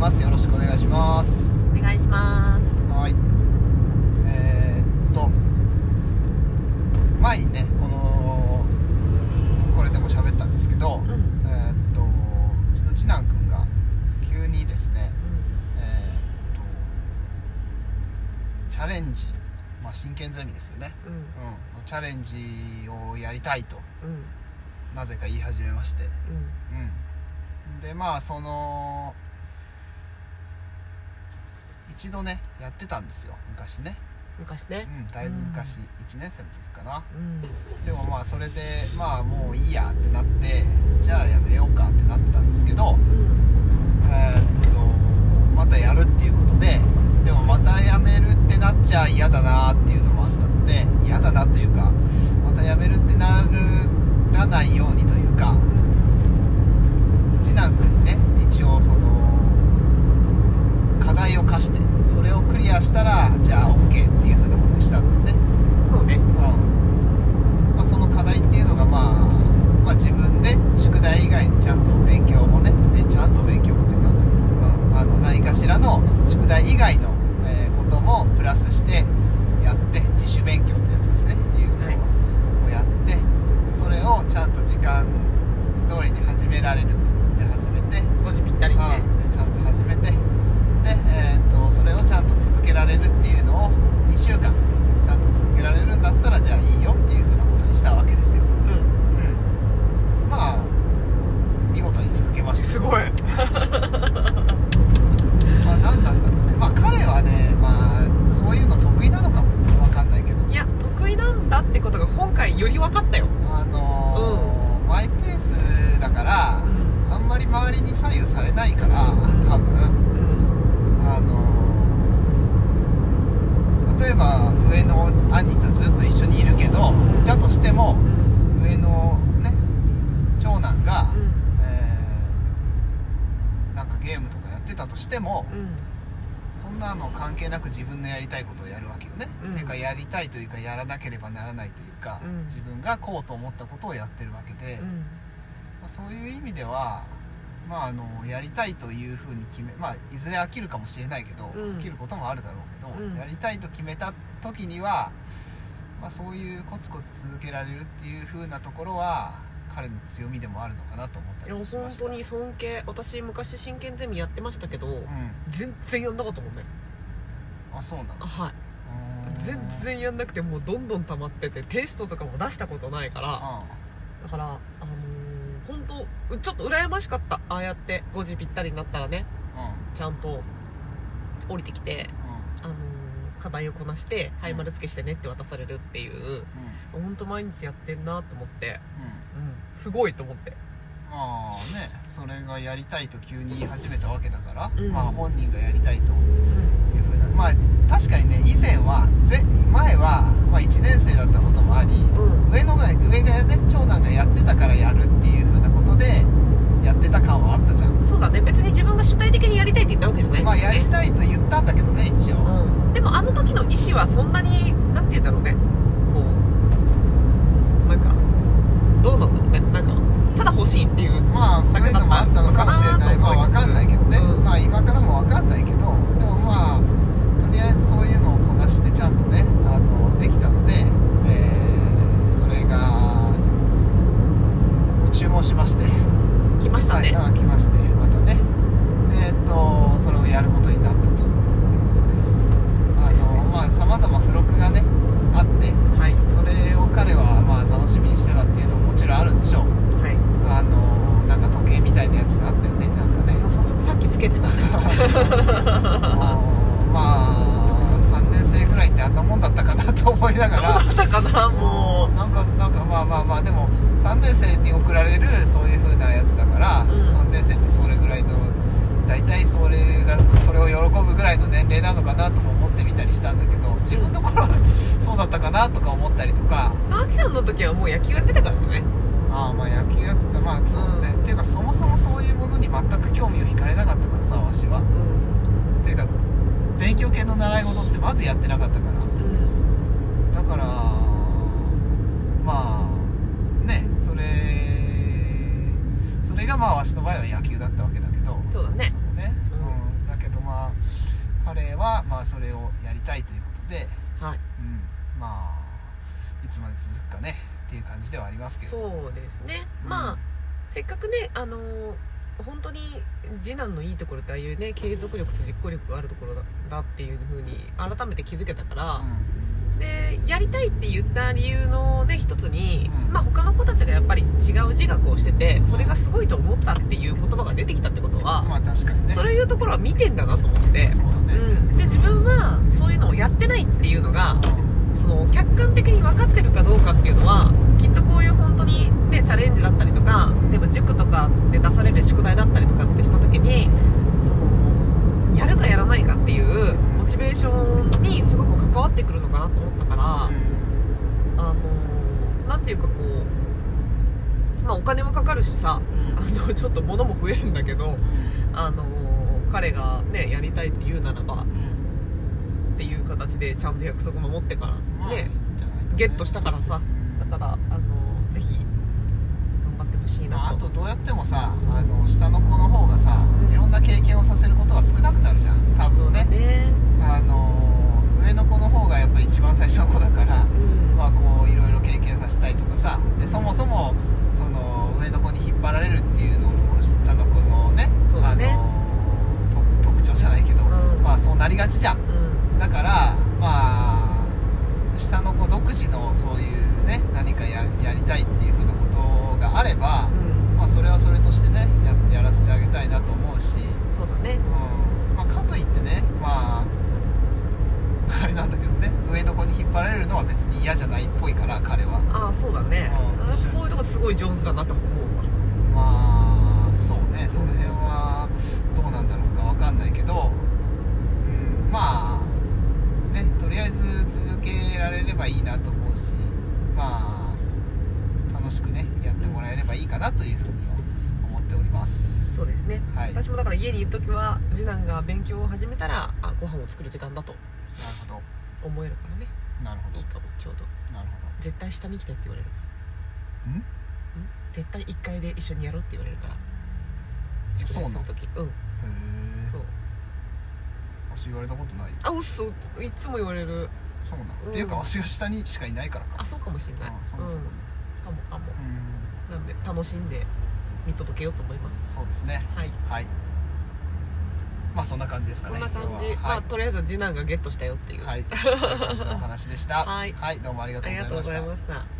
ますよろしくお願いしますお願いしますはいえー、っと前にねこのこれでも喋ったんですけど、うんえー、っとうちの次男くんが急にですねえー、っとチャレンジまあ真剣ゼミですよねうんうんチャレンジをやりたいとうんうんなぜか言い始めましてうん、でまあその一度ねやってたんですよ昔ね、昔うねん、だいぶ昔、1年生の時かなうんでもまあそれでまあもういいやってなってじゃあやめようかってなってたんですけどうんえーっとまたやるっていうことででもまたやめるってなっちゃ嫌だなっていうのもあったので嫌だなというかまたやめるってならないようにというか次男君にね一応その課題を課してそれをクリアしたらじゃあ OK っていうふうなことにしたんだよね。そうねうんまあ、その課題っていうのが、まあ、まあ自分で宿題以外にちゃんと勉強もねえちゃんと勉強もというか、まあ、あの何かしらの宿題以外の、えーこともプラスしてやって自主勉強ってやつですねいうはいのをやってそれをちゃんと時間通りに始められるで始めて5時ぴったりにねうんでちゃんと始めてで、えーっとそれをちゃんと続けられるっていうのを2週間ちゃんと続けられるんだったらじゃあいいよっていうふうなことにしたわけですよ、うんまあ見事に続けましたすごいまあ何なんだろうねまあ彼はねまあそういうの得意なのかもわかんないけどいや得意なんだってことが今回より分かったよあのーマイペースだからうんあんまり周りに左右されないから多分うんあの例えば上の兄とずっと一緒にいるけどいたとしても上のね長男が、えーなんかゲームとかやってたとしてもうんそんなの関係なく自分のやりたいことをやるわけよね、うんっていうかやりたいというかやらなければならないというか、うん自分がこうと思ったことをやってるわけで、うまんあそういう意味では。まあ、あのやりたいというふうに決め、まあ、いずれ飽きるかもしれないけど、うん飽きることもあるだろうけど、うんやりたいと決めた時には、まあ、そういうコツコツ続けられるっていうふうなところは彼の強みでもあるのかなと思ったいりやもしま本した当に尊敬私昔真剣ゼミやってましたけど、うん全然やんなかったもんねあそうなのはい全然やんなくてもうどんどん溜まっててテストとかも出したことないからあだからあのー本当ちょっと羨ましかったああやって5時ぴったりになったらねうちゃんと降りてきて、んうんあのー課題をこなして「はいうん丸つけしてね」って渡されるっていううんうん本当毎日やってんなと思って、うん、すごいと思ってまあねそれがやりたいと急に言い始めたわけだから、うんまあ本人がやりたいとういうふうなまあ確かにね以前はぜ前は、まあ、1年生だったこともあり、ん上のが上がね長男がやってたからやるっていうふうなことでやってた感はあったじゃん、そうだね別に自分が主体的にやりたいって言ったわけじゃないまあやりたいと言ったんだけどね一応、うんでもあの時の意思はそんなになんて言うんだろうねこうなんかどうなんだろうねなんかただ欲しいっていうまあそういうのもあったのかもしれないまあわかんないけどね、うんまあ今からもわかんないけどでもまあとりあえずそういうのをこなしてちゃんとねあのできたので、えーそれが注文しまして来ましたね、はい、来ましてまたねでえっとそれをやることになったということですあですのですまあさまざま付録がねあってはいそれを彼はまあ楽しみにしてたっていうのももちろんあるんでしょうはいあのなんか時計みたいなやつがあったよねなんかねもう早速さっきつけてたねあのまあ3年生ぐらいってあんなもんだったかなと思いながらだからもなんかなんかまあまあまあでも3年生に送られるそういう風なやつだから、うん3年生ってそれぐらいの大体それがそれを喜ぶぐらいの年齢なのかなとも思ってみたりしたんだけど自分の頃そうだったかなとか思ったりとかう青木さんの時はもう野球やってたからじゃないああまあ野球やってたまあそうね、うんっていうかそもそもそういうものに全く興味を惹かれなかったからさわしは。うんっていうか勉強系の習い事ってまずやってなかったからうんだからまあねそれそれがまあわしの場合は野球だったわけだけどそうだねね、うんけどまあ彼はまあそれをやりたいということで、はいうん、まあいつまで続くかねっていう感じではありますけれどそうですね、うんまあせっかくねあのー本当に次男のいいところってああいうね継続力と実行力があるところだだっていうふうに改めて気づけたから、うでやりたいって言った理由のね一つに、うんまあ他の子たちがやっぱり違う自我をしててそれがすごいと思ったっていう言葉が出てきたってことは、ん、まあ確かにねそれいうところは見てんだなと思って、そうだね、うん、で自分はそういうのをやってないっていうのがうんその客観的に分かってるかどうかっていうのはきっとこういう本当にねチャレンジだったりとか例えば塾とかで出される宿題だったりとかってした時にそのやるかやらないかっていうモチベーションにすごく関わってくるのかなと思ったから、あのなんていうかこうまあお金もかかるしさあのちょっと物も増えるんだけどあの彼がねやりたいと言うならばっていう形でちゃんと約束守ってからまあいいねんじゃないかねゲットしたからさだからあのぜひ頑張ってほしいまあ、あなととどうやってもさあの下の子の方がさいろんな経験をさせることが少なくなるじゃん多分ねねあの上の子の方がやっぱ一番最初の子だからうんまあこういろいろ経験させたいとかさでそもそもその上の子に引っ張られるっていうのも下の子のねそうだねあのと特徴じゃないけど、うんまあそうなりがちじゃんうんだからまあ下の子独自のそういうね何かややりたいっていうふうなことがあれば、うんまあ、それはそれとしてねややらせてあげたいなと思うし、そうだねうんまあ、かといってねま ああれなんだけどね上の子に引っ張られるのは別に嫌じゃないっぽいから彼はああそうだねうんあーそういうとこすごい上手だなと思うわまあそうねその辺はどうなんだろうかわかんないけど、うん、まあねとりあえず続けられればいいなと思うしまあ楽しくねやってもらえればいいかなというふうには思っておりますそうですね、はい私もだから家にいる時は次男が勉強を始めたらあご飯を作る時間だとなる思えるからねほどなるほいいどかもちょうどなるほど絶対下に来てって言われるからん絶対1階で一緒にやろうって言われるから宿そう題なのする時うんへえそうわし言われたことないよあ嘘いつも言われるそうなの、うんっていうかわしが下にしかいないからかあそうかもしれないあそうですね、うん、かもかもうん、なんで楽しんで見届けようと思いますそうですねはいはいまあそんな感じですかそんねな感じ、今日はまはあい、とりあえず次男がゲットしたよっていう、はい、そんな感じのお話でした はいどうもありがあとうりごがざいとうまごしざいたました